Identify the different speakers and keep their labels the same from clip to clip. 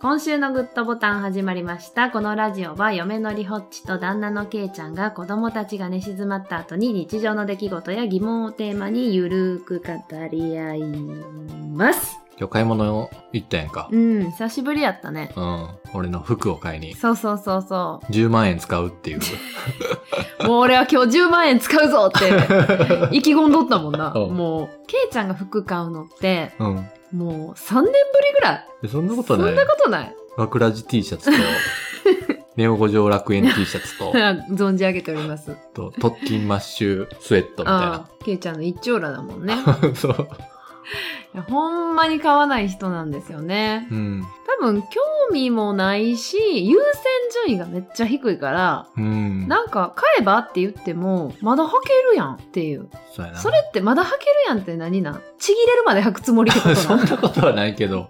Speaker 1: 今週のグッドボタン始まりました。このラジオは嫁のりほっちと旦那のけいちゃんが子供たちが寝静まった後に日常の出来事や疑問をテーマにゆるーく語り合います。
Speaker 2: 今日買い物行ったやんか
Speaker 1: う。ん、久しぶりやったね。
Speaker 2: うん。俺の服を買いに。
Speaker 1: そうそうそうそ
Speaker 2: 10万円使うっ ていう。
Speaker 1: う。もう俺は今日10万円使うぞって 意気込んどったもんな。
Speaker 2: うん
Speaker 1: もう、けいちゃんが服買うのって、
Speaker 2: うん。
Speaker 1: もう3年ぶりぐらい。
Speaker 2: でそんなこ
Speaker 1: そ
Speaker 2: と
Speaker 1: ん
Speaker 2: ない
Speaker 1: な。ことない。
Speaker 2: 枕地 T シャツと、 ネオ五条楽園 T シャツと、
Speaker 1: 存じ上げております。
Speaker 2: あと特勤マッシュスウェットみ
Speaker 1: あ
Speaker 2: た
Speaker 1: あ、けいちゃんの一丁羅だもんね。
Speaker 2: いな。 そう。
Speaker 1: いやほんまに買わない人なんですよね。
Speaker 2: うん。
Speaker 1: 多分興味もないし、優先順位がめっちゃ低いから、
Speaker 2: うん。
Speaker 1: なんか買えばって言っても、まだ履けるやんっていう。
Speaker 2: そうやな。
Speaker 1: それってまだ履けるやんって何なんちぎれるまで履くつもりってこと
Speaker 2: そん
Speaker 1: な
Speaker 2: なことはないけど、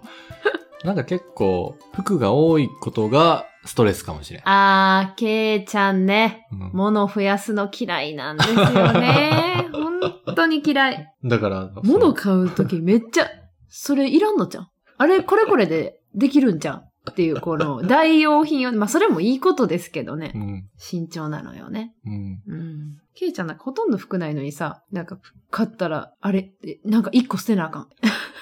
Speaker 2: なんか結構、服が多いことがストレスかもしれん。
Speaker 1: あー、けいちゃんね、
Speaker 2: うん
Speaker 1: 物増やすの嫌いなんですよね。 本当に嫌い。
Speaker 2: だから、
Speaker 1: 物買うときめっちゃ、それいらんのじゃん。あれ、これこれでできるんじゃん。っていう、この、代用品を、まあ、それもいいことですけどね
Speaker 2: う。ん。
Speaker 1: 慎重なのよね。
Speaker 2: うん。
Speaker 1: うん。ケイちゃんなんかほとんど服ないのにさ、なんか買ったら、あれ、えなんか一個捨てなあかん。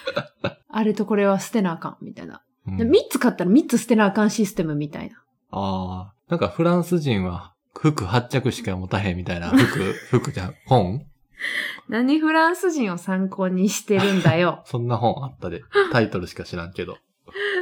Speaker 1: あれとこれは捨てなあかん、みたいな。
Speaker 2: うん
Speaker 1: で三つ買ったら三つ捨てなあかんシステムみたいな。
Speaker 2: ああ、なんかフランス人は服8着しか持たへんみた いな服、服じゃん、本
Speaker 1: 何フランス人を参考にしてるんだよ。
Speaker 2: そんな本あったで。タイトルしか知らんけど。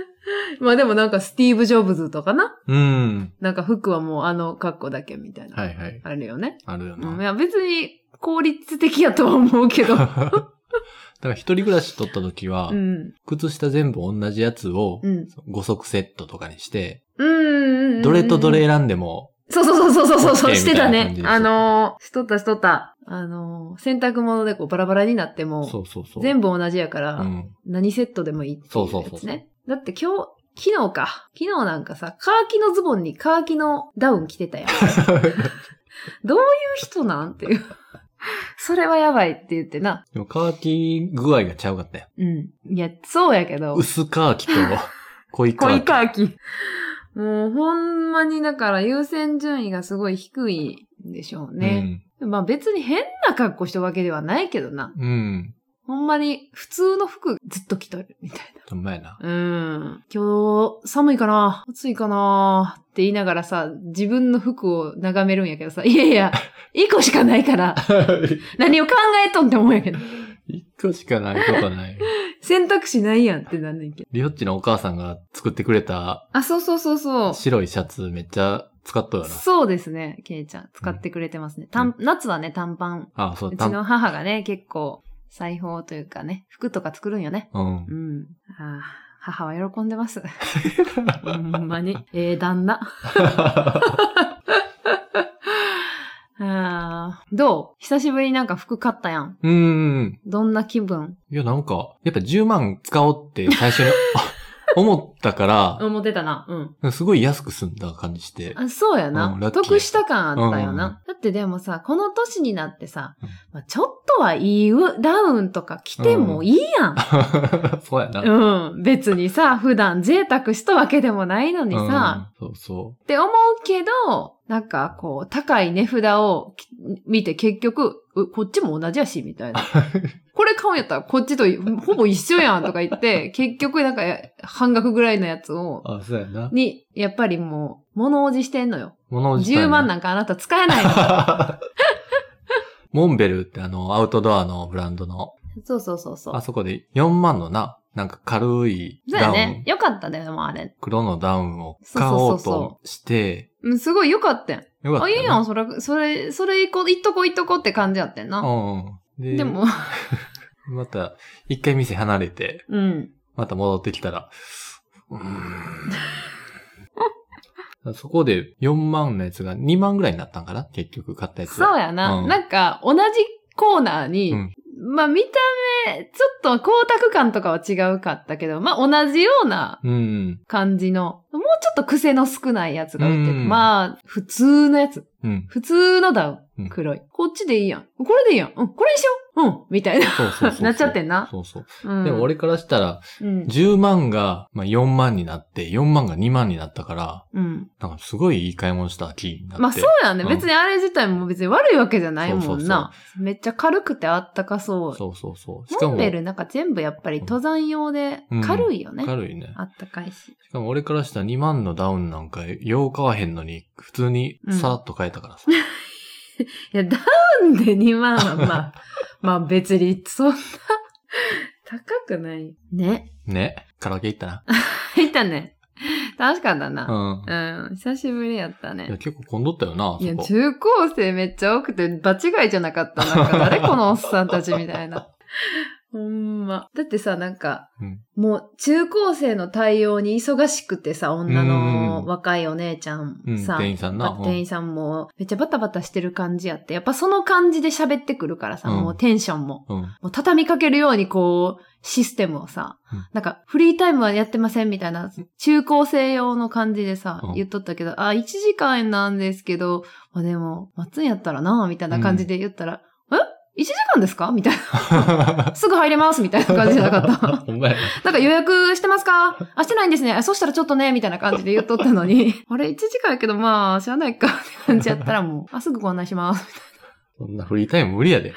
Speaker 1: まあでもなんかスティーブ・ジョブズとかな。
Speaker 2: うん。
Speaker 1: なんか服はもうあの格好だけみたいな。
Speaker 2: はいはい。
Speaker 1: あるよね。
Speaker 2: あるよ
Speaker 1: うん、い
Speaker 2: な。
Speaker 1: や、別に効率的やとは思うけど。
Speaker 2: だから一人暮らし取った時は、
Speaker 1: うん。
Speaker 2: 靴下全部同じやつを
Speaker 1: うん。
Speaker 2: 5足セットとかにして、
Speaker 1: うん。
Speaker 2: どれとどれ選んでも、
Speaker 1: そうそうそうそうそうそう、
Speaker 2: OK
Speaker 1: してた
Speaker 2: みたいな
Speaker 1: ね
Speaker 2: 感じ。です
Speaker 1: あのー、しとったしとった。あのー、洗濯物でこうバラバラになって
Speaker 2: そ
Speaker 1: も、
Speaker 2: うそうそう。
Speaker 1: 全
Speaker 2: 部。
Speaker 1: 部同じやから、
Speaker 2: うん。
Speaker 1: 何セットでもいいっていうやつね。
Speaker 2: そうそうそうそう
Speaker 1: だって今日、昨日か。昨日なんかさ、カーキのズボンにカーキのダウン着て たやん。どういう人なんっていう。それはやばいって言ってな。
Speaker 2: でも乾き具合がちゃうかったよ。
Speaker 1: うん。いや、そうやけど。
Speaker 2: 薄乾 きと濃い
Speaker 1: コ
Speaker 2: 乾
Speaker 1: イ
Speaker 2: き。
Speaker 1: カーキ。もうほんまにだから優先順位がすごい低いんでしょうね。まあ別に変な格好したわけではないけどな。
Speaker 2: うん。うん。
Speaker 1: ほんまに普通の服ずっと着とるみたい
Speaker 2: ほんまや
Speaker 1: な。
Speaker 2: な。
Speaker 1: うん。今日寒いかな暑いかなって言いながらさ、自分の服を眺めるんやけどさ、いやい や、一個しかないから、何を考えとんって思うんやけど。
Speaker 2: 一個しかないこ とない。
Speaker 1: 選択肢ないやんってなんねんけど。
Speaker 2: リオッチのお母さんが作ってくれた
Speaker 1: あ、そうそうそうそう。
Speaker 2: 白いシャツめっちゃ使っとる よな。
Speaker 1: そうですね、ケイちゃん。使ってくれてますね。短夏はね、短パン。
Speaker 2: あそうう、
Speaker 1: ちの母がね、結構、裁縫というかね、服とか作るんよね。
Speaker 2: たんう。
Speaker 1: うんん。ああ母は喜んでます。ほんまに。ええ旦那。 ああどう久しぶりになんか服買ったやん。
Speaker 2: うんうん。
Speaker 1: どんな気分
Speaker 2: いや、なんか、やっぱ10万使おうって最初 にあ思ったか
Speaker 1: 思ってたな。うん。
Speaker 2: ら、すごい安く済んだ感じして。
Speaker 1: あそうやな、
Speaker 2: うんラッキー
Speaker 1: 得した感あったよな、
Speaker 2: うん
Speaker 1: だってでもさ、この年になってさ
Speaker 2: うん、
Speaker 1: まあ、ちょっとはいいウダウンとか着てもいいやん。
Speaker 2: そうやな。
Speaker 1: うん。別にさ、普段贅沢したわけでもないのに
Speaker 2: うん
Speaker 1: さ、、
Speaker 2: そうそ
Speaker 1: って思うけど、なんかこう、高い値札をき見て結局、うこっちも同じやし、みたい な。これ買うんやったらこっちとほぼ一緒やんとか言 って、結局なんかや半額ぐらいのやつを
Speaker 2: う。、あ、そうやな。
Speaker 1: に、やっぱりもう、物おじしてんのよ。
Speaker 2: 物おじさんや
Speaker 1: 10万なんかあなた使え ないの。
Speaker 2: モンベルってあの、アウトドアのブランドの、
Speaker 1: そうそうそうそう
Speaker 2: あ。そこで4万のな、なんか軽い
Speaker 1: そうや
Speaker 2: ダウン、
Speaker 1: ね。よかったね、でもあれ。
Speaker 2: 黒のダウンを買おう
Speaker 1: そうそうそう
Speaker 2: として、
Speaker 1: うん、すごいよかったやん。
Speaker 2: よかっ
Speaker 1: あ、
Speaker 2: た
Speaker 1: い
Speaker 2: よ
Speaker 1: い
Speaker 2: ね、
Speaker 1: やん、それ、それ、それ行こう、行っとこう、行っとこうって感じやってんな。
Speaker 2: うんうん。
Speaker 1: で
Speaker 2: で、
Speaker 1: も、
Speaker 2: また、一回店離れて、
Speaker 1: うん。
Speaker 2: また戻ってきたら、うーん そこで4万のやつが2万ぐらいになったんかな結局買ったやつ。
Speaker 1: そうやな。
Speaker 2: うん
Speaker 1: なんか、同じコーナーに、
Speaker 2: うん
Speaker 1: まあ見た目、ちょっと光沢感とかは違うかったけど、まあ同じような
Speaker 2: うん。
Speaker 1: 感じの、もうちょっと癖の少ないやつが売ってる。
Speaker 2: うん
Speaker 1: まあ、普通のやつ。
Speaker 2: うん。
Speaker 1: 普通のダウ
Speaker 2: う
Speaker 1: ン。
Speaker 2: ん
Speaker 1: 黒い。こっちでいいやん。これでいいやん。うん、これにしようん、みたい な。
Speaker 2: そうそうそうそう。
Speaker 1: なっちゃってんな
Speaker 2: そうそう。
Speaker 1: うん、
Speaker 2: でも俺からしたら、
Speaker 1: うん、
Speaker 2: 10万が、まあ、4万になって、4万が2万になったから、
Speaker 1: うん。
Speaker 2: なんかすごいいい買い物した気になって。
Speaker 1: まあそうやね。
Speaker 2: うん
Speaker 1: 別にあれ自体も別に悪いわけじゃないもんな。
Speaker 2: そうそうそ
Speaker 1: めっちゃ軽くてあったかそう。
Speaker 2: そうそうそう。しか
Speaker 1: モン
Speaker 2: も、
Speaker 1: ベルなんか全部やっぱり登山用で
Speaker 2: うん
Speaker 1: 軽いよね。
Speaker 2: 軽いね。
Speaker 1: あったかいし。
Speaker 2: しかも俺からしたら2万のダウンなんか、よう買わへんのに、普通にさらっと買え たからさ。
Speaker 1: いや、ダウンで2万はまあ、 まあ別にそんな高くない。ね。
Speaker 2: ね。カラオケ行ったな。
Speaker 1: 入ったね。楽しかったな。
Speaker 2: うん。
Speaker 1: うん、久しぶりやった
Speaker 2: いや、
Speaker 1: ね。
Speaker 2: 結構混んどったよな、あ
Speaker 1: いや、
Speaker 2: そこ。
Speaker 1: 中高生めっちゃ多くて、場違いじゃなかった。なん か、誰このおっさんたちみたいな。ほんま。だってさ、なんか、
Speaker 2: うん
Speaker 1: もう中高生の対応に忙しくてさ、女
Speaker 2: うん
Speaker 1: の若いお姉ちゃん
Speaker 2: うん、
Speaker 1: さ、
Speaker 2: 店員さんな。
Speaker 1: 店員さんもめっちゃバタバタしてる感じやって、やっぱその感じで喋ってくるからさ、
Speaker 2: うん
Speaker 1: もうテンションも。
Speaker 2: うん。うん。
Speaker 1: もう畳みかけるようにこう、システムをさ、
Speaker 2: うん
Speaker 1: なんか、フリータイムはやってませんみたいな、中高生用の感じでさ、
Speaker 2: うん
Speaker 1: 言っとったけど、あ、1時間なんですけど、まあでも、待つんやったらな、みたいな感じで言ったら、え ?1 時間ですかみたいな。すぐ入れますみたいな 感じじゃなかった。
Speaker 2: ほんまや。
Speaker 1: なんか予約してますかあ、してないんですね。あそしたらちょっとね、みたいな感じで言っとったの に。あれ、1時間やけど、まあ、知らないか、って感じやったらも う、あ、すぐご案内します。
Speaker 2: そんなフリータイム無理やで。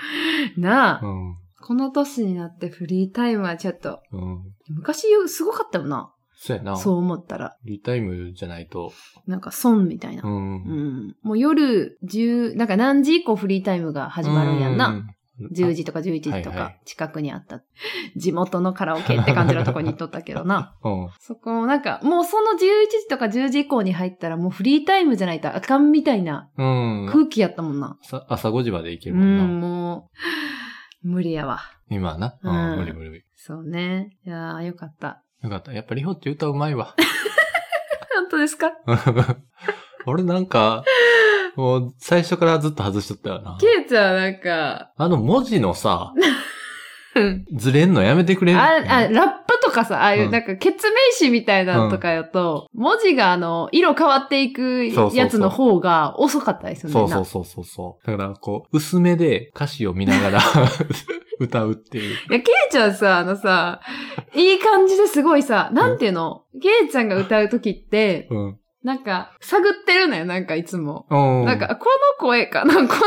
Speaker 1: なあ、
Speaker 2: うん。
Speaker 1: この年になってフリータイムはちょっと、
Speaker 2: うん。
Speaker 1: 昔すごかったよな。
Speaker 2: そうやな。
Speaker 1: そう思ったら。
Speaker 2: フリータイムじゃないと。
Speaker 1: なんか、損みたいな。
Speaker 2: う。
Speaker 1: うんもう夜10、なんか何時以降フリータイムが始まるんやんな。
Speaker 2: うん。
Speaker 1: 10時とか11時と
Speaker 2: はいは
Speaker 1: か近くにあった、地元のカラオケって感じのとこに行っとったけどな。
Speaker 2: あ。うん。
Speaker 1: そこをなんか、もうその11時とか10時以降に入ったらもうフリータイムじゃないとあかんみたいな
Speaker 2: うん。
Speaker 1: 空気やったもんな。
Speaker 2: さ朝5時まで行け
Speaker 1: う
Speaker 2: る
Speaker 1: ん、
Speaker 2: もんな。
Speaker 1: もう、無理やわ。
Speaker 2: 今はな。
Speaker 1: う
Speaker 2: うんん。無理無理無理。
Speaker 1: そうね。いやー、よかった。
Speaker 2: よかった。やっぱりほって歌うまいわ。
Speaker 1: 本当ですか
Speaker 2: 俺なんか、もう最初からずっと外しとったよな。
Speaker 1: ケイちゃんなんか、
Speaker 2: あの文字のさ、
Speaker 1: うん
Speaker 2: ずれんのやめてくれる
Speaker 1: あ、あ、ラップとかさ、ああいううんなんか、ケツメイシみたいなのとかやと、文字があの、色変わっていく
Speaker 2: そうそうそう
Speaker 1: やつの方が遅かったりするんだ
Speaker 2: そ
Speaker 1: よ
Speaker 2: う
Speaker 1: な
Speaker 2: そうそうそうそう。だから、こう、薄めで歌詞を見ながら 歌うっていう。
Speaker 1: いや、ケイちゃんさ、あのさ、いい感じですごいさ、なんていうの、ケイちゃんが歌うときって、
Speaker 2: うん。
Speaker 1: なんか、探ってるのよ、なんかいつも。
Speaker 2: う
Speaker 1: なんか、この声かな、この 感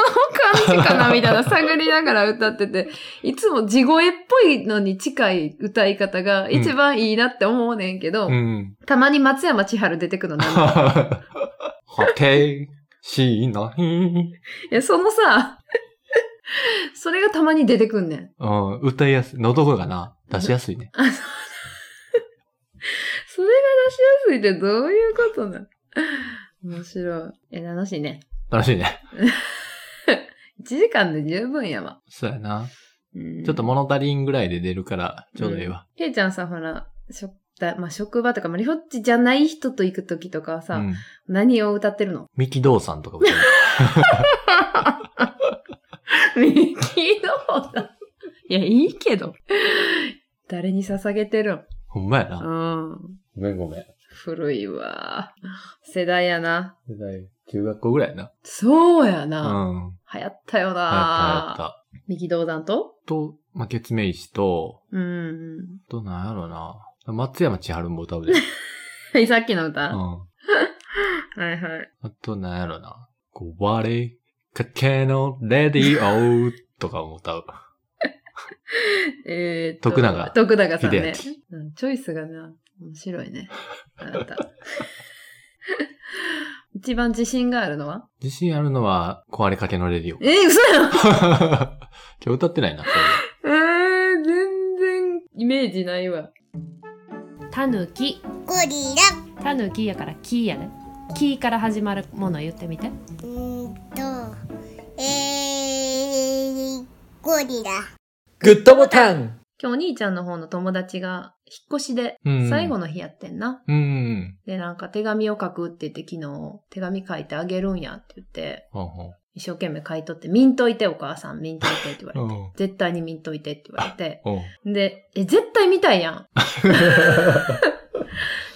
Speaker 1: じかな、みたいな探りながら歌ってて、いつも地声っぽいのに近い歌い方が
Speaker 2: ん
Speaker 1: 一番いいなって思うねんけど、
Speaker 2: うん。
Speaker 1: たまに松山千春出てくるのなんか
Speaker 2: はて、しない。
Speaker 1: いや、そのさ、 それがたまに出てくんねん。
Speaker 2: うん、歌いやすい。喉声がな、出しやすいね。
Speaker 1: それが出しやすいってどういうことなの面白い。え、楽しいね。
Speaker 2: 楽しいね。
Speaker 1: 1時間で十分やわ。
Speaker 2: そうやな。
Speaker 1: うん
Speaker 2: ちょっと物足りんぐらいで出るから、ちょうどいいわ。
Speaker 1: ケイちゃんさ、ほら、しょだまあ、職場とか、まあ、リホッチじゃない人と行くときとかは
Speaker 2: う
Speaker 1: さ、
Speaker 2: ん。
Speaker 1: 何を歌って るの
Speaker 2: ミキドーさんとかもそう。
Speaker 1: ミキの方だ。いや、いいけど。誰に捧げてるん
Speaker 2: ほんまやな。
Speaker 1: うん。
Speaker 2: ごめんごめん。
Speaker 1: 古いわ。世代やな。
Speaker 2: 世代、中学校ぐらいな。
Speaker 1: そうや
Speaker 2: う
Speaker 1: な。
Speaker 2: ん。
Speaker 1: 流行ったよ
Speaker 2: 流行った流行っ
Speaker 1: な。
Speaker 2: た。
Speaker 1: 右道山と
Speaker 2: と、まあ、月明石と、
Speaker 1: うん。
Speaker 2: と、なんやろな。松山千春も歌うで。
Speaker 1: さっきの歌、
Speaker 2: うん。
Speaker 1: は
Speaker 2: あ
Speaker 1: いはい。
Speaker 2: と、なんやろな。こう、我かけのレディオとかも歌う。
Speaker 1: えーっと、
Speaker 2: 徳永
Speaker 1: 徳永さんね
Speaker 2: 秀。
Speaker 1: うん、チョイスがな、面白いね。あなた。 一番自信があるのは
Speaker 2: 自信あるのは、壊れかけのレディオ。
Speaker 1: えー、嘘やん
Speaker 2: 今日歌ってないな、そうい
Speaker 1: えー、全然イメージないわ。たぬき。
Speaker 3: ゴリラ。
Speaker 1: たぬきやからきやね。きから始まるもの言ってみて。
Speaker 3: うーんと、えー、ゴリラ。
Speaker 4: グッドボタン
Speaker 1: 今日お兄ちゃんの方の友達が引っ越しで
Speaker 2: うの。うん。
Speaker 1: 最後。の日やってんな。
Speaker 2: うん。
Speaker 1: で、なんか手紙を書くって言って昨日手紙書いてあげるんやって言って、
Speaker 2: ほんほん
Speaker 1: 一生懸命書いとって、見んといてお母さん、見んといてって言われ
Speaker 2: う
Speaker 1: て。
Speaker 2: ん。
Speaker 1: 絶対に見んといてって言われて。
Speaker 2: うん。
Speaker 1: で、え、絶対見たいやん。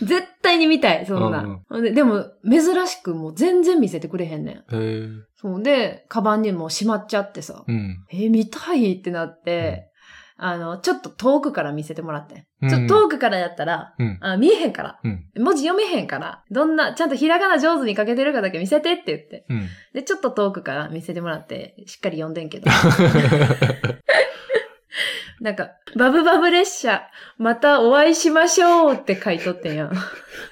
Speaker 1: 絶対に見たい、そんな。
Speaker 2: うんうん
Speaker 1: ほんででも、珍しくもう全然見せてくれへんねん。
Speaker 2: へー
Speaker 1: そうで、カバンにもうしまっちゃってさ、
Speaker 2: うん。
Speaker 1: えー見たいってなって、あの、ちょっと遠くから見せてもらって。
Speaker 2: うんん
Speaker 1: ちょっと遠くからやったら、
Speaker 2: うん。
Speaker 1: あ見えへんから、
Speaker 2: うん
Speaker 1: 文字読めへんから。どんな、ちゃんとひらがな上手に書けてるかだけ見せてって言って。
Speaker 2: うん。
Speaker 1: で、ちょっと遠くから見せてもらって、しっかり読んでんけど。なんか、バブバブ列車、またお会いしましょうって書いとってんやん。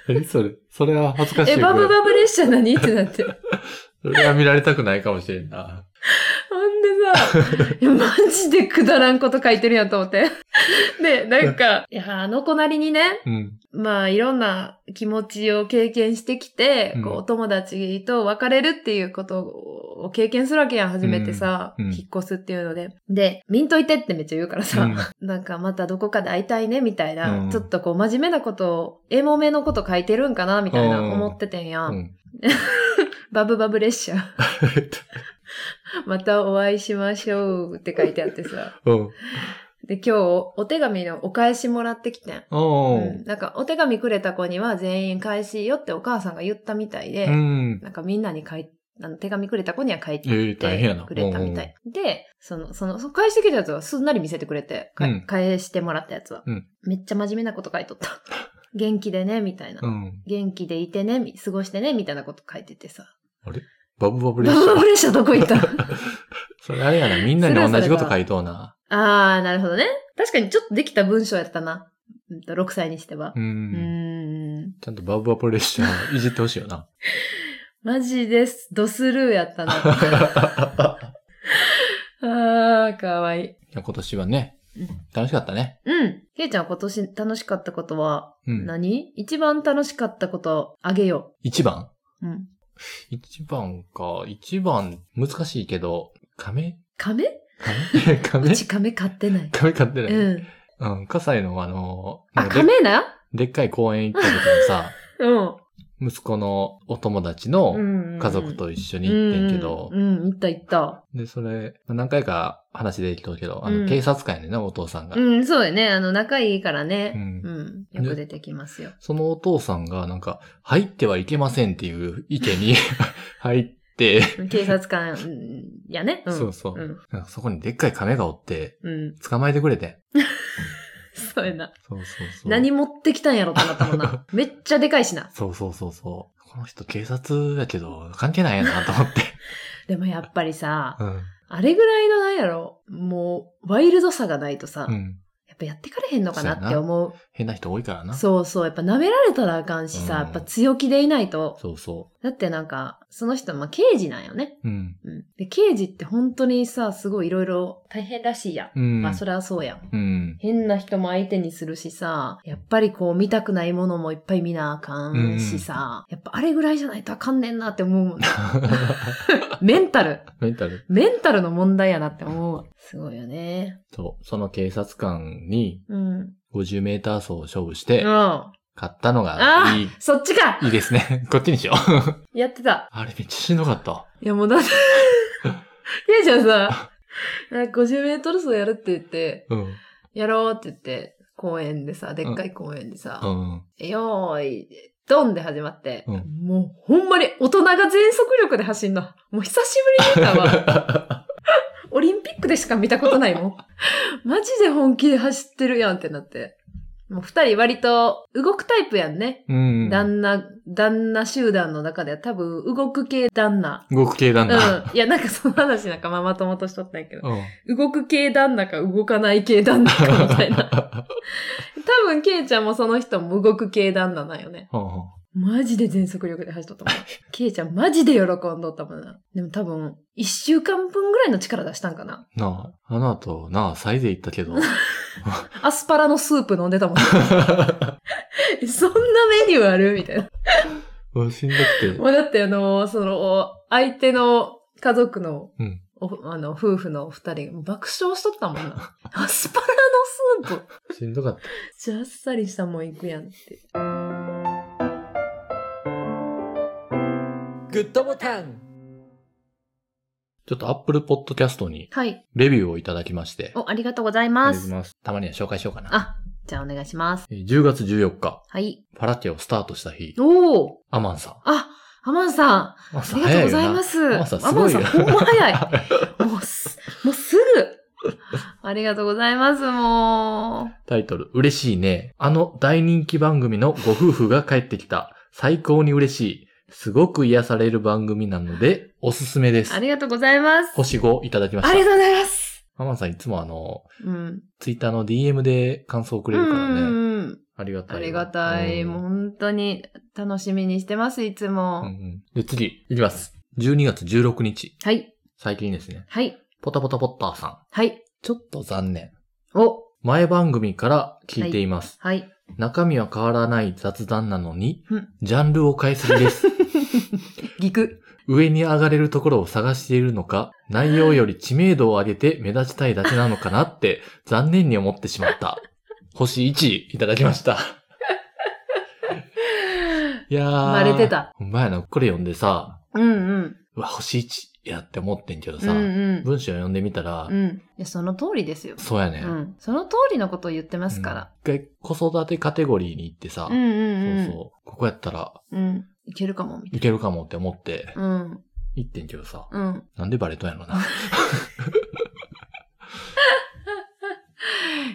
Speaker 2: え、それ、それは恥ずかしい。
Speaker 1: え、バブバブ列車何ってなって。
Speaker 2: それは見られたくないかもしれんな。
Speaker 1: ほんでさ、いやマジでくだらんこと書いてるやんと思って。で、なんか、いや、あの子なりにね、
Speaker 2: うん。
Speaker 1: まあ、いろんな気持ちを経験してきて、
Speaker 2: うん
Speaker 1: こう、お友達と別れるっていうことを経験するわけやん、初めてさ、
Speaker 2: うんうん
Speaker 1: 引っ越すっていうので。で、ミントいてってめっちゃ言うからさ、なんかまたどこかで会いたいね、みたいな、
Speaker 2: うん
Speaker 1: ちょっとこう、真面目なことを、エモめのこと書いてるんかな、みたいな
Speaker 2: うん
Speaker 1: 思っててんや。
Speaker 2: うんん。
Speaker 1: バブバブ列車。 またお会いしましょうって書いてあってさ。
Speaker 2: うん。
Speaker 1: で、今日、お手紙のお返しもらってきてん。
Speaker 2: お
Speaker 1: うん、なんか、お手紙くれた子には全員返しよってお母さんが言ったみたいで、
Speaker 2: うん。
Speaker 1: なんかみんなに書いあの手紙くれた子には書いて
Speaker 2: ええ大変やな
Speaker 1: くれたみたい。で、その、その、その返してきたやつはすんなり見せてくれて、か
Speaker 2: うん
Speaker 1: 返してもらったやつは、
Speaker 2: うん
Speaker 1: めっちゃ真面目なこと書いと った。元気でね、みたいな。
Speaker 2: うん。
Speaker 1: 元気でいてね、み過ごしてね、みたいなこと書いててさ。
Speaker 2: バブバブ
Speaker 1: バ
Speaker 2: 列
Speaker 1: ブバブ
Speaker 2: 車。
Speaker 1: 列車どこ行った
Speaker 2: それあれやな、みんなに同じこと書いとうな。
Speaker 1: あー、なるほどね。確かにちょっとできた文章やったな。うんと6歳にしては
Speaker 2: う。。
Speaker 1: うんーん。
Speaker 2: ちゃんとバブバブ列車いじってほしいよな。
Speaker 1: マジです。ドスルーやった な。あー、かわいい。
Speaker 2: いや今年はね
Speaker 1: うん、
Speaker 2: 楽しかったね。
Speaker 1: うん。けいちゃん今年楽しかったことは
Speaker 2: うん。
Speaker 1: 何、一番楽しかったことあげよ
Speaker 2: 一番
Speaker 1: う。うん。
Speaker 2: 一番か。一番、難しいけど、亀
Speaker 1: 亀
Speaker 2: 亀
Speaker 1: う
Speaker 2: 亀
Speaker 1: ち 亀飼ってない。
Speaker 2: 亀飼ってな
Speaker 1: う
Speaker 2: い。
Speaker 1: ん。
Speaker 2: うん。葛西のあの、な
Speaker 1: あ、
Speaker 2: んかで
Speaker 1: 亀な
Speaker 2: でっかい公園行った時にさ、
Speaker 1: うん。
Speaker 2: 息子のお友達の
Speaker 1: うん
Speaker 2: 家族と一緒に
Speaker 1: 言
Speaker 2: 行ってんけど
Speaker 1: う、ん、うん行った行った。
Speaker 2: で、それ、何回か話できとるけど、あ
Speaker 1: う
Speaker 2: の、
Speaker 1: ん
Speaker 2: 警察官やねんな、お父さんが。
Speaker 1: うん、そうよね。あの、仲いいから
Speaker 2: う
Speaker 1: ね。
Speaker 2: ん
Speaker 1: うん。よく出てきますよ。
Speaker 2: そのお父さんが、なんか、入ってはいけませんっていう意 見に入って、
Speaker 1: 警察官うんやね。ん
Speaker 2: そうそう
Speaker 1: うん。
Speaker 2: なんかそこにでっかい亀がおって、
Speaker 1: うん。
Speaker 2: 捕まえてくれてん。
Speaker 1: そうやな。
Speaker 2: そうそうそう。
Speaker 1: 何持ってきたんやろってなったもん な。めっちゃでかいしな。
Speaker 2: そうそうそうそう。この人警察やけど、関係ないやなと思 って。
Speaker 1: でもやっぱりさ、
Speaker 2: うん。
Speaker 1: あれぐらいのなんやろ、もう、ワイルドさがないとさ、
Speaker 2: うん。
Speaker 1: やっぱやってかれへんのかなって思う。
Speaker 2: 変な人多いからな。
Speaker 1: そうそう、やっぱ舐められたらあかんしさ、
Speaker 2: うん
Speaker 1: やっぱ強気でいないと。
Speaker 2: そうそ
Speaker 1: だってなんか、その人、まあ、刑事なんよね。
Speaker 2: う。うん。
Speaker 1: うん。で、刑事って本当にさ、すごいいろいろ大変らしいやん。
Speaker 2: うん。
Speaker 1: まあ、それはそうやん。
Speaker 2: うん。
Speaker 1: 変な人も相手にするしさ、やっぱりこう見たくないものもいっぱい見なあかんしさ、やっぱあれぐらいじゃないとあかんねんなって思うもんね。メン タル。
Speaker 2: メンタル
Speaker 1: メンタルの問題やなって思うわ。すごいよね。
Speaker 2: そう。その警察官に
Speaker 1: うん。うん。
Speaker 2: 50メーター走を勝負して、
Speaker 1: あ
Speaker 2: 買ったのが
Speaker 1: あ
Speaker 2: いい、
Speaker 1: そっちか
Speaker 2: いいですね。 こっちにしよう。
Speaker 1: やってた。
Speaker 2: あれめっちゃしんどかった。
Speaker 1: いやもうだって、ケイちゃんさ、なんか50メートル走やるって言って、
Speaker 2: うん。
Speaker 1: やろうって言って、公園でさ、でっかい公園でさ、
Speaker 2: うん。
Speaker 1: よーい、ドンで始まって、
Speaker 2: うん
Speaker 1: もうほんまに大人が全速力で走んの。もう久しぶりに見たわ。オリンピックでしか見たことないもん。マジで本気で走ってるやんってなって。もう二人割と動くタイプやんね。
Speaker 2: うん。
Speaker 1: 旦那、旦那集団の中では多分動く系旦那。
Speaker 2: 動く系なんだ。
Speaker 1: うん。いや、なんかその話なんかママ友としとったんやけど。
Speaker 2: うん。
Speaker 1: 動く系旦那か動かない系旦那かみたい な。多分、ケイちゃんもその人も動く系旦那なんよね。
Speaker 2: うんうん
Speaker 1: マジで全速力で走っとったもん。ケイちゃんマジで喜んどったもんな。でも多分、一週間分ぐらいの力出したんかな。
Speaker 2: なあ、あの後、なあ、サイゼ行ったけ ど。
Speaker 1: アスパラのスープ飲んでたもん。そんなメニューあるみたいな。
Speaker 2: もうしんどくて。
Speaker 1: もうだってあのーその、相手の家族の、
Speaker 2: うん
Speaker 1: おあの、夫婦のお二人が爆笑しとったもんな。アスパラのスープ
Speaker 2: しんどかった。
Speaker 1: じゃあっさりしたもん行くやんって。
Speaker 4: グッドボタン
Speaker 2: ちょっと Apple Podcast に
Speaker 1: はい。
Speaker 2: レビューをいただきまして。
Speaker 1: お、ありがとうござい
Speaker 2: あ
Speaker 1: ま
Speaker 2: りがと
Speaker 1: す。
Speaker 2: うございます。たまには紹介しようかな。
Speaker 1: あ、じゃあお願いします。
Speaker 2: えー10月14日、
Speaker 1: はい。
Speaker 2: パラティをスタートした日、
Speaker 1: おー
Speaker 2: アマンさん。
Speaker 1: あ、アマンさん、
Speaker 2: アマン
Speaker 1: ありがとうございま
Speaker 2: 早
Speaker 1: す。
Speaker 2: アマンさんすごいよ
Speaker 1: アマンさんほんま早い。もうす、もうすぐ。ありがとうございます、もう。
Speaker 2: タイトル、嬉しいね。あの大人気番組のご夫婦が帰ってきた。最高に嬉しい。すごく癒される番組なので、おすすめです
Speaker 1: あ。りがとうございます。
Speaker 2: 星5いただきま
Speaker 1: あり
Speaker 2: し
Speaker 1: がと
Speaker 2: た。
Speaker 1: うございます。
Speaker 2: アマンさんいつもあの、
Speaker 1: うん。
Speaker 2: ツイッターの DM で感想をくれるからね。
Speaker 1: うんうんうん。
Speaker 2: ありがたい
Speaker 1: あ
Speaker 2: わ。
Speaker 1: りがたい。
Speaker 2: うん
Speaker 1: もう本当に楽しみにしてます、いつも。
Speaker 2: うんうんで、次、いきます。12月16日。
Speaker 1: はい。
Speaker 2: 最近ですね。
Speaker 1: はい。
Speaker 2: ポタポタポッターさん。
Speaker 1: はい。
Speaker 2: ちょっと残念。
Speaker 1: お。
Speaker 2: 前番組から聞いています。
Speaker 1: はい。
Speaker 2: 中身は変わらない雑談なのに
Speaker 1: うん、
Speaker 2: ジャンルを変えすぎです。
Speaker 1: ギク。
Speaker 2: 上に上がれるところを探しているのか、内容より知名度を上げて目立ちたいだけなのかなって残念に思ってしまった。星1いただきました。いやー。
Speaker 1: 慣れて。た。
Speaker 2: ほんまやな、これ読んでさ、
Speaker 1: うんうん。
Speaker 2: うわ、星1やって思ってんけど
Speaker 1: うん
Speaker 2: さ、
Speaker 1: うん。
Speaker 2: 文章読んでみたら、
Speaker 1: うん。いや、その通りですよ。
Speaker 2: そうやね、
Speaker 1: う。ん。その通りのことを言ってますから。
Speaker 2: うん。一回子育てカテゴリーに行ってさ、
Speaker 1: うんうんうん。
Speaker 2: そうそう、ここやったら
Speaker 1: う。うん。いけるかも、みたい
Speaker 2: いけるかもって思って、
Speaker 1: な。うん。
Speaker 2: 行ってんけどさ、
Speaker 1: うん。
Speaker 2: なんでバレとんやろな。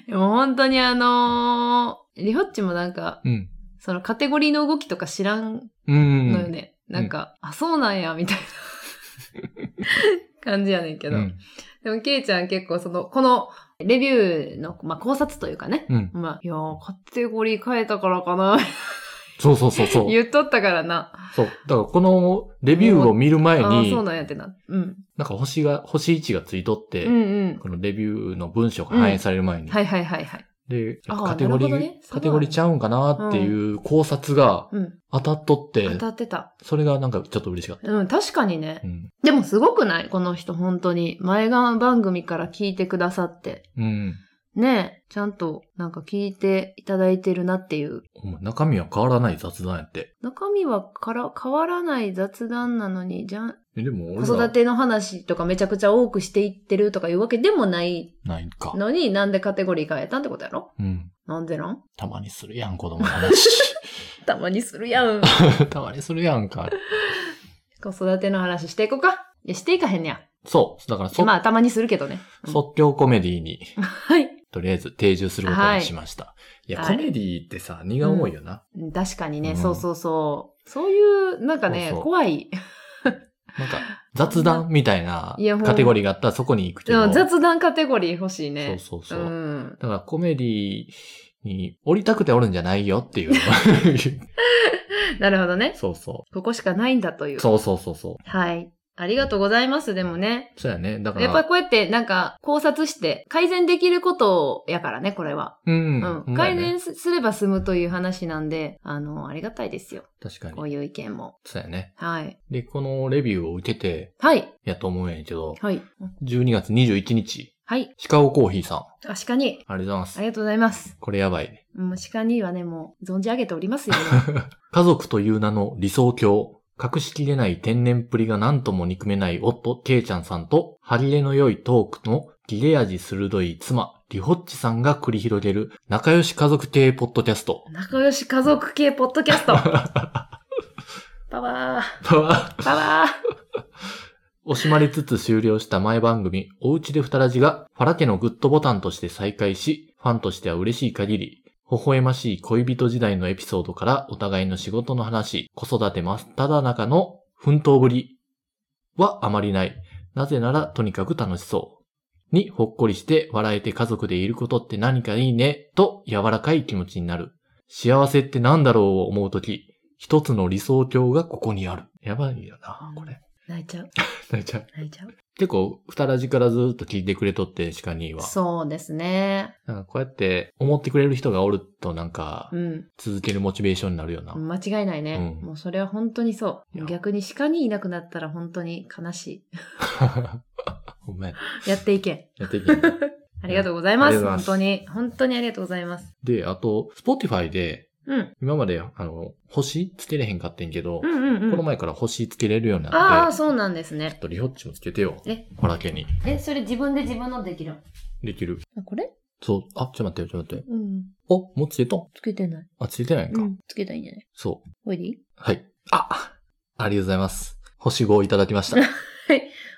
Speaker 1: いやもう本当にあのー、リホッチもなんか、
Speaker 2: うん。
Speaker 1: そのカテゴリーの動きとか知らん
Speaker 2: うん。
Speaker 1: のよね。なんか、あ、そうなんや、みたいな感じやねんけ
Speaker 2: う
Speaker 1: ど。
Speaker 2: ん。
Speaker 1: でも、ケイちゃん結構その、このレビューの、まあ、考察というかね。
Speaker 2: うん。
Speaker 1: まあ、いやー、カテゴリー変えたからかな、
Speaker 2: そうそうそうそう。
Speaker 1: 言っとったからな。
Speaker 2: そう。だからこのレビューを見る前
Speaker 1: ああー、
Speaker 2: に、
Speaker 1: そう
Speaker 2: なん
Speaker 1: なんやってな。うん。
Speaker 2: か星が、星1がついとって、
Speaker 1: うんうん。
Speaker 2: このレビューの文章が反映される前に、
Speaker 1: はいはいはいはい。
Speaker 2: で、
Speaker 1: あー
Speaker 2: カテゴリー、
Speaker 1: なるほどねそう
Speaker 2: カテゴリーちゃうんかなっていう考察が
Speaker 1: うん。
Speaker 2: 当たっとって、
Speaker 1: 当たってた。
Speaker 2: それがなんかちょっと嬉しかった。
Speaker 1: うん、確かにね
Speaker 2: う。ん。
Speaker 1: でもすごくないこの人、本当に。前が番組から聞いてくださって。
Speaker 2: うん。
Speaker 1: ねえ、ちゃんとなんか聞いていただいてるなっていう。
Speaker 2: ほんま中身は変わらない雑談やって。
Speaker 1: 中身はから変わらない雑談なのに、じゃん、
Speaker 2: えでも
Speaker 1: 子
Speaker 2: 俺
Speaker 1: 育
Speaker 2: ら
Speaker 1: ての話とかめちゃくちゃ多くしていってるとかいうわけでもない
Speaker 2: ないか。
Speaker 1: のに、なんでカテゴリー変えたってことやろ
Speaker 2: うん。
Speaker 1: なんでなん
Speaker 2: たまにするやん、子供の話。
Speaker 1: たまにするやん。
Speaker 2: たまにするやんか。
Speaker 1: 子育ての話していこうか。いや、していかへんねや。
Speaker 2: そう。だからそ、
Speaker 1: まあ、たまにするけどね。うん
Speaker 2: 即興コメディに、
Speaker 1: はい。
Speaker 2: とりあえず定住することにしました。い、や、
Speaker 1: はい
Speaker 2: コメディってさ、荷が重いよな。
Speaker 1: うん確かにね、
Speaker 2: うん
Speaker 1: そうそうそう。そういう、なんかね、
Speaker 2: そうそう
Speaker 1: 怖い。
Speaker 2: なんか、雑談みた いない
Speaker 1: やほんま
Speaker 2: カテゴリーがあったらそこに行くけ
Speaker 1: で
Speaker 2: ど。
Speaker 1: も雑談カテゴリー欲しい
Speaker 2: そう
Speaker 1: ね。
Speaker 2: そうそう。
Speaker 1: うん。
Speaker 2: だからコメディに降りたくておるんじゃないよ っていう。
Speaker 1: なるほどね。
Speaker 2: そうそ。
Speaker 1: ここしかないんだというう。
Speaker 2: そうそうそうそう。
Speaker 1: はい。ありがとうございます、でもね。
Speaker 2: そうやね。だから。
Speaker 1: やっぱりこうやってなんか考察して改善できることやからね、これは。
Speaker 2: うん。
Speaker 1: うん。
Speaker 2: ほんまや
Speaker 1: 改
Speaker 2: ね
Speaker 1: 善すすれば済むという話なんで、あの、ありがたいですよ。
Speaker 2: 確か
Speaker 1: こう
Speaker 2: に。
Speaker 1: いう意見も。
Speaker 2: そうやね。
Speaker 1: はい。
Speaker 2: で、このレビューを受けて、
Speaker 1: はい。
Speaker 2: やと思うんやけど、
Speaker 1: はい。
Speaker 2: 12月21日、
Speaker 1: はい。
Speaker 2: シカゴコーヒーさん。
Speaker 1: 確かに。
Speaker 2: ありがとうござ
Speaker 1: あ
Speaker 2: います。
Speaker 1: りがとうございます。
Speaker 2: これやばい。
Speaker 1: もう鹿にはね、もう存じ上げておりますよ、ね。
Speaker 2: 家族という名の理想郷。隠しきれない天然っぷりが何とも憎めない夫、ケイちゃんさんと、ハリレの良いトークの切れ味鋭い妻、リホッチさんが繰り広げる仲良し家族系ポッドキャスト。
Speaker 1: 仲良し家族系ポッドキャスト。パワー、パワー。
Speaker 2: 惜しまれつつ終了した前番組、おうちでふたらじが、ファラ家のグッドボタンとして再開し、ファンとしては嬉しい限り、微笑ましい恋人時代のエピソードからお互いの仕事の話、子育て真っただ中の奮闘ぶりはあまりない。なぜならとにかく楽しそう。にほっこりして笑えて家族でいることって何かいいねと柔らかい気持ちになる。幸せってなんだろうを思うとき、一つの理想郷がここにある。やばいよな、これ。
Speaker 1: 泣いちゃう、
Speaker 2: 泣いちゃう。
Speaker 1: 泣いちゃう。
Speaker 2: 結構、二ラジからずっと聞いてくれとって、シカニーは。
Speaker 1: そうですね。
Speaker 2: なんかこうやって思ってくれる人がおると、なんか
Speaker 1: う、ん。
Speaker 2: 続けるモチベーションになるよな。
Speaker 1: 間違いないね。
Speaker 2: うん
Speaker 1: もうそれは本当にそ
Speaker 2: いや
Speaker 1: う。逆に鹿にいなくなったら本当に悲し
Speaker 2: ほんまや。
Speaker 1: い。や っていけん。
Speaker 2: やっていけんな
Speaker 1: ありがとうございま
Speaker 2: あ
Speaker 1: す。
Speaker 2: りがとうご
Speaker 1: 本
Speaker 2: ざ
Speaker 1: 当
Speaker 2: い
Speaker 1: に。本当にありがとうございます。
Speaker 2: で、あと、スポティファイで、
Speaker 1: うん。
Speaker 2: 今まで、あの、星つけれへんかってんけど、
Speaker 1: うんうんうん。
Speaker 2: この前から星つけれるように
Speaker 1: あ
Speaker 2: な
Speaker 1: あ、
Speaker 2: って、
Speaker 1: そうなんです
Speaker 2: ちょ
Speaker 1: ね
Speaker 2: っ。とリホッチもつけてよ。
Speaker 1: え
Speaker 2: ホラケに。
Speaker 1: え、それ自分で自分のできる
Speaker 2: できる。
Speaker 1: あこれ
Speaker 2: そう。あ、ちょっと待ってよ、ちょっと待って。
Speaker 1: うん。
Speaker 2: お、もうつけとん
Speaker 1: つけてない。
Speaker 2: あ、ついてないんか。
Speaker 1: うん。つけたらいいんじゃない
Speaker 2: そう。
Speaker 1: これでいい
Speaker 2: はい。あありがとうございます。星5をいただきました。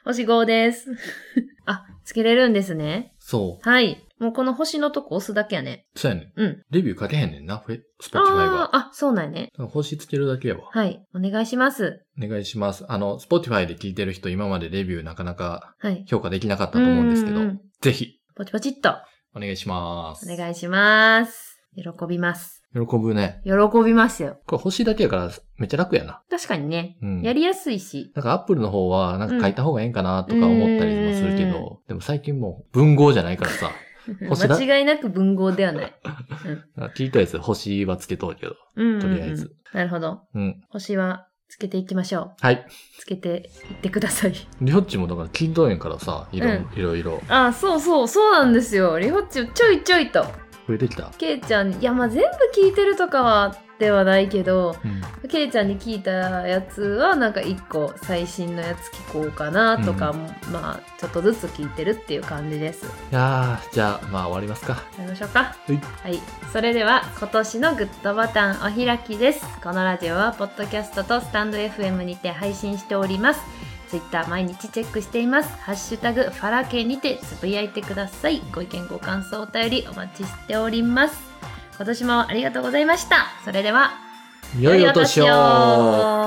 Speaker 1: 星5です。 あ、つけれるんですね。
Speaker 2: そ
Speaker 1: はい。もうこの星のとこ押すだけやね。
Speaker 2: う。そうやねん。
Speaker 1: うん。
Speaker 2: レビュー書けへんねんな、フェスポティファイ
Speaker 1: あ
Speaker 2: は。
Speaker 1: あー、あ、そうなんやね。
Speaker 2: 星つけるだけやわ。
Speaker 1: はい。お願いします。
Speaker 2: お願いします。あの、スポティファイで聞いてる人、今までレビューなかなか
Speaker 1: はい。
Speaker 2: 評価できなかったと思うんですけど
Speaker 1: う、ん
Speaker 2: ぜひ、
Speaker 1: ポチポチっと。
Speaker 2: お願いします。
Speaker 1: お願いします。喜びます。
Speaker 2: 喜ぶね。
Speaker 5: 喜びましたよ。
Speaker 2: これ星だけやから、めっちゃ楽やな。
Speaker 1: 確かにね。
Speaker 2: うん。
Speaker 1: やりやすいし。
Speaker 2: なんかアップルの方は、なんか書いた方がええんかなとか思ったりもするけど、でも最近もう文豪じゃないからさ、 星だ
Speaker 1: 間違いなく文豪では ない。
Speaker 2: 聞いたやつ星はつけとるけど。
Speaker 1: うんうんうん
Speaker 2: とりあえず。
Speaker 1: なるほど。
Speaker 2: うん。
Speaker 1: 星はつけていきましょう。
Speaker 2: はい。
Speaker 1: つけていってください。
Speaker 2: りょっちもだから聞いとんやからさ、いろ,、
Speaker 1: うん
Speaker 2: いろいろ。
Speaker 1: あ、そうそう、そうなんですよ。リホッチちょいちょいと。
Speaker 2: 増えてきた。
Speaker 1: ケイちゃんに、いや、まあ全部聞いてるとかは、ではないけど、
Speaker 2: うん。
Speaker 1: ケイちゃんに聞いたやつは、なんか一個最新のやつ聞こうかなとか、
Speaker 2: う
Speaker 1: まあ、ちょっとずつ聞いてるっていう感じです。
Speaker 2: いやー、じゃあ、まあ終わりますか。
Speaker 1: やりましょうか。
Speaker 2: はい
Speaker 1: それでは今年のグッドボタンお開きです。このラジオはポッドキャストとスタンド FM にて配信しております。ツイッター毎日チェックしています。ハッシュタグファラケにてつぶやいてください。ご意見ご感想お便りお待ちしております。今年もありがとうございました。それでは
Speaker 2: 良いお年を